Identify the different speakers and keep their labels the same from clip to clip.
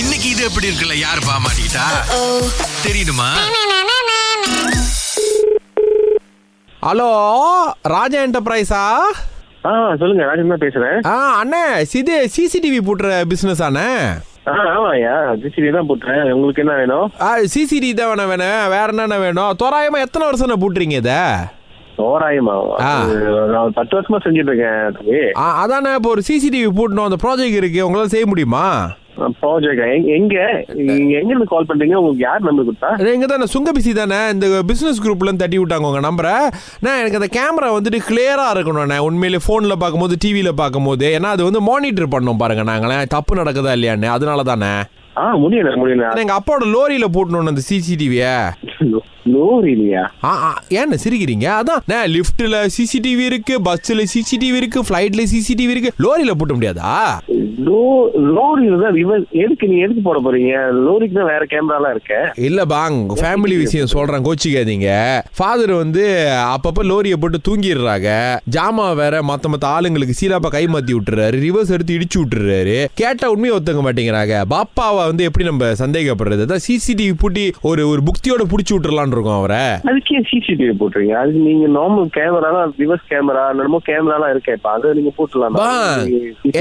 Speaker 1: இன்னைக்கு இது எப்படி இருக்குல்ல யார் பாமாட்டா தெரியுமா
Speaker 2: ஹலோ ராஜா என்டர்பிரைஸா
Speaker 3: ஆ சொல்லுங்க ராஜன் தான் பேசுறேன்
Speaker 2: ஆ அண்ணே இது சிசிடிவி போட்டுற பிஸ்னஸ் அண்ணே
Speaker 3: ஆ ஆமாய்யா ஜிசிடி தான் போட்டேன் உங்களுக்கு என்ன வேணும்
Speaker 2: சிசிடி தான் வேணா வேணும் வேற என்னென்ன வேணும் தோராயமா எத்தனை வருஷம் போட்டுறீங்க இதை
Speaker 3: தோராயமா
Speaker 2: ஆ.
Speaker 3: அது நான் பத்து வருஷமா செஞ்சுட்டு இருக்கேன் தம்பி
Speaker 2: ஆ, அதாண்ணே இப்போ ஒரு சிசிடிவி போட்டணும் அந்த ப்ராஜெக்ட் இருக்கு உங்களால செய்ய முடியுமா
Speaker 3: ப்ராஜெக்ட் எங்க நீங்க எங்க இருந்து கால் பண்றீங்க உங்களுக்கு யார் நம்பர் கொடுத்தா
Speaker 2: எங்க தானே சுங்க பிசி தானே இந்த பிசினஸ் குரூப்ல இருந்து தட்டி விட்டாங்க உங்க நம்பரை நான் எனக்கு அந்த கேமரா வந்துட்டு கிளியரா இருக்கணும்ண்ணே உண்மையிலே போன்ல பார்க்கும்போது டிவியில பார்க்கும்போது ஏன்னா அது வந்து மானிட்டர் பண்ணோம் பாருங்க நாங்களே தப்பு நடக்குதா இல்லையான்னு அதனால தானே
Speaker 3: ஆ முடியல முடியல
Speaker 2: எங்க அப்பாவோட லோரியில போட்டணும் அந்த சிசிடிவியை
Speaker 3: நூறு இல்லையா
Speaker 2: ஆ ஆ, ஏண்ணே சிரிக்கிறீங்க அதான் லிஃப்ட்ல சிசிடிவி இருக்கு பஸ்ல சிசிடிவி இருக்கு ஃபிளைட்ல சிசிடிவி இருக்கு லோரியில போட்ட முடியாதா
Speaker 3: லோரி தான் ரிவர்ஸ் எதுக்கு நீ எதுக்கு போட போறீங்க லோரிக்கு தான் வேற கேமராலாம் இருக்கு
Speaker 2: இல்லப்பா உங்க ஃபேமிலி விஷயம் சொல்றேன் கோச்சிக்காதீங்க ஃபாதர் வந்து அப்பப்ப லோரியை போட்டு தூங்கிடுறாங்க ஜாமா வேற மத்த மத்த ஆளுங்களுக்கு சீலாப்பா கை மாத்தி விட்டுறாரு ரிவர்ஸ் எடுத்து இடிச்சு விட்டுறாரு கேட்டா உண்மையை ஒத்துக்க மாட்டேங்கிறாங்க பாப்பாவை வந்து எப்படி நம்ம சந்தேகப்படுறது அதான் சிசிடிவி பூட்டி ஒரு ஒரு புக்தியோட புடிச்சு விட்டுறலாம்னு இருக்கோம் அவரை
Speaker 3: அதுக்கே சிசிடிவி போட்டுறீங்க அதுக்கு நீங்க நார்மல் கேமரா ரிவர்ஸ் கேமரா என்னமோ கேமராலாம் இருக்கே இப்ப அதை நீங்க போட்டுலாம்
Speaker 2: பாங்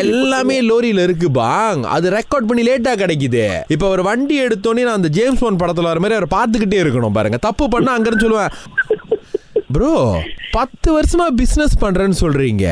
Speaker 2: எல்லாமே லோரியில இருக்கு பாங் அது ரெக்கார்ட் பண்ணி லேட்டா கிடைக்குது இப்ப ஒரு வண்டி எடுத்தோன்னே நான் அந்த ஜேம்ஸ் பாண்ட் படத்துல வர மாதிரி அவர் பார்த்துக்கிட்டே இருக்கணும் பாருங்க தப்பு பண்ணா அங்க இருந்து சொல்லுவேன் ப்ரோ பத்து வருஷமா பிசினஸ் பண்றேன்னு சொல்றீங்க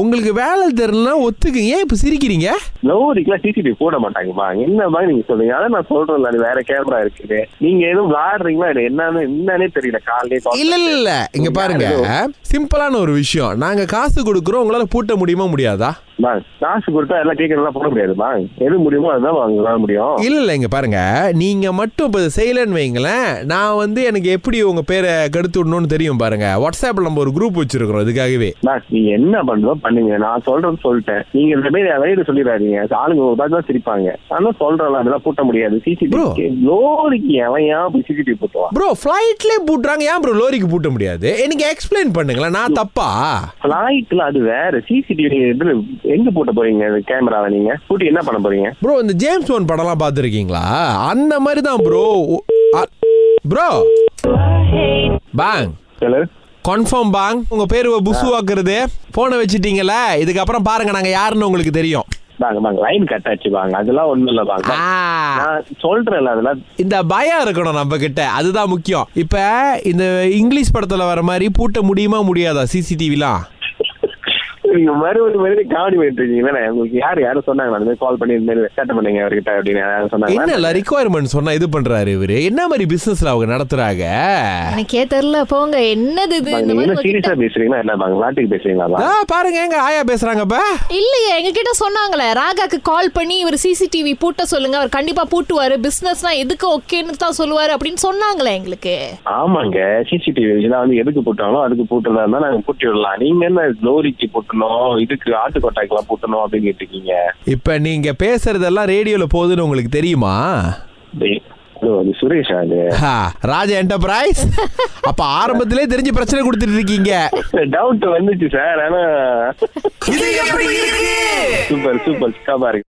Speaker 2: உங்களுக்கு வேலை தெரியலனா ஒத்துக்கு ஏன் இப்ப சிரிக்கிறீங்க
Speaker 3: லோரிக்குலாம் சிசிடிவி போட மாட்டாங்கப்பா என்ன மாதிரி நீங்க சொல்றீங்க அதான் நான் சொல்றேன்ல அது வேற கேமரா இருக்குது நீங்க எதுவும் விளாடுறீங்களா இது என்னன்னு என்னன்னே தெரியல காலையிலே call
Speaker 2: இல்ல இல்ல இல்ல இங்க பாருங்க
Speaker 3: யாரு?
Speaker 2: சிம்பிளான ஒரு விஷயம் நாங்க காசு கொடுக்குறோம் உங்களால பூட்ட முடியுமா முடியாதா
Speaker 3: பாங்க, காசு கொடுத்தா எல்லாம் கேட்கறதெல்லாம் போட முடியாதுமா எது முடியுமோ அதுதான் வாங்க முடியும்
Speaker 2: இல்ல இல்ல இங்க பாருங்க நீங்க மட்டும் இப்ப இதை செய்யலன்னு வைங்களேன் நான் வந்து எனக்கு எப்படி உங்க பேரை கெடுத்து விடணும்னு தெரியும் பாருங்க வாட்ஸ்அப்ல நம்ம ஒரு குரூப் வச்சிருக்கிறோம் இதுக்காகவே
Speaker 3: பாஸ், நீங்க என்ன பண்றதோ பண்ணுங்க நான் சொல்றேன்னு சொல்லிட்டேன் நீங்க இந்த மாதிரி வெளியில சொல்லிடாதீங்க ஆளுங்க ஒரு தான் சிரிப்பாங்க ஆனா சொல்றேன் அதெல்லாம் பூட்ட முடியாது
Speaker 2: Bro.
Speaker 3: சிசிடிவி லோரிக்கு எவன் ஏன் சிசிடிவி போட்டுவான்
Speaker 2: ப்ரோ ஃப்ளைட்லேயே பூட்டுறாங்க ஏன் ப்ரோ லோரிக்கு பூட்ட முடியாது எனக்கு எக்ஸ்பிளைன் பண்ணுங்களேன் நான் தப்பா
Speaker 3: பிளாய்ட்ல அது வேற சிசிடிவி நீங்க இதுல எங்க பூட்ட போறீங்க கேமராவை நீங்க பூட்டி என்ன பண்ண போறீங்க
Speaker 2: ப்ரோ இந்த ஜேம்ஸ் ஒன் படம்லாம் பார்த்துருக்கீங்களா அந்த மாதிரி தான் ப்ரோ ப்ரோ பாங்
Speaker 3: ஹலோ
Speaker 2: கன்ஃபார்ம் பாங் உங்க பேர் புசுவாக்குறது போனை வச்சுட்டீங்களே இதுக்கப்புறம் பாருங்க நாங்க யாருன்னு உங்களுக்கு தெரியும்
Speaker 3: வாங்க வாங்க லைன் கட் ஆச்சு வாங்க அதெல்லாம் ஒண்ணும் இல்ல வாங்க
Speaker 2: ஆ
Speaker 3: நான் சொல்றேன்ல அதெல்லாம்
Speaker 2: இந்த பயம் இருக்கணும் நம்ம கிட்ட அதுதான் முக்கியம் இப்ப இந்த இங்கிலீஷ் படத்துல வர மாதிரி பூட்ட முடியுமா முடியாதா சிசிடிவிலாம்
Speaker 3: நீங்க மறுபடியும் மறுபடியும் காமெடி பண்ணிட்டு இருக்கீங்களே உங்களுக்கு யார் யாரும் சொன்னாங்க அந்த மாதிரி கால் பண்ணி இந்த மாதிரி சேட்டை பண்ணுங்க அவர்கிட்ட அப்படின்னு யாரும் சொன்னாங்க
Speaker 2: என்னல ரிக்குவயர்மெண்ட் சொன்னா இது பண்றாரு இவரு என்ன மாதிரி பிசினஸ்ல அவங்க நடத்துறாங்க
Speaker 4: எனக்கே தெரியல போங்க என்னது இது இந்த மாதிரி
Speaker 3: நீங்க
Speaker 4: உங்ககிட்ட-
Speaker 3: சீரியஸா பேசுறீங்களா என்ன வாங்க விளாட்டுக்கு பேசுறீங்களா வாங்க.
Speaker 2: ஆ, பாருங்க எங்க ஆயா பேசுறாங்கப்பா
Speaker 4: இல்லையே எங்க கிட்ட சொன்னாங்களே ராகாக்கு கால் பண்ணி இவர் சிசிடிவி பூட்ட சொல்லுங்க அவர் கண்டிப்பா பூட்டுவாரு பிசினஸ்னா எதுக்கு ஓகேன்னு தான் சொல்லுவாரு அப்படின்னு சொன்னாங்களே எங்களுக்கு
Speaker 3: ஆமாங்க சிசிடிவி இதெல்லாம் வந்து எதுக்கு போட்டாலும் அதுக்கு போட்டுதான் இருந்தா நாங்க பூட்டி விடலாம் நீங்க என்ன லோரிக்கு போட்டணும் இதுக்கு ஆட்டு கொட்டாய்க்கெல்லாம் போட்டணும் அப்படின்னு கேட்டுருக்கீங்க
Speaker 2: இப்ப நீங்க பேசுறதெல்லாம் ரேடியோல போகுதுன்னு உங்களுக்கு தெரியுமா
Speaker 3: டேய், ஹலோ, அது சுரேஷ் அது
Speaker 2: ஹா, ராஜா என்டர்பிரைஸ் அப்ப ஆரம்பத்திலே தெரிஞ்சு பிரச்சனை கொடுத்துட்டு இருக்கீங்க
Speaker 3: டவுட் வந்துச்சு சார் ஆனா
Speaker 1: இது எப்படி இருக்கு
Speaker 3: சூப்பர் சூப்பர் சிக்காபா இருக்கு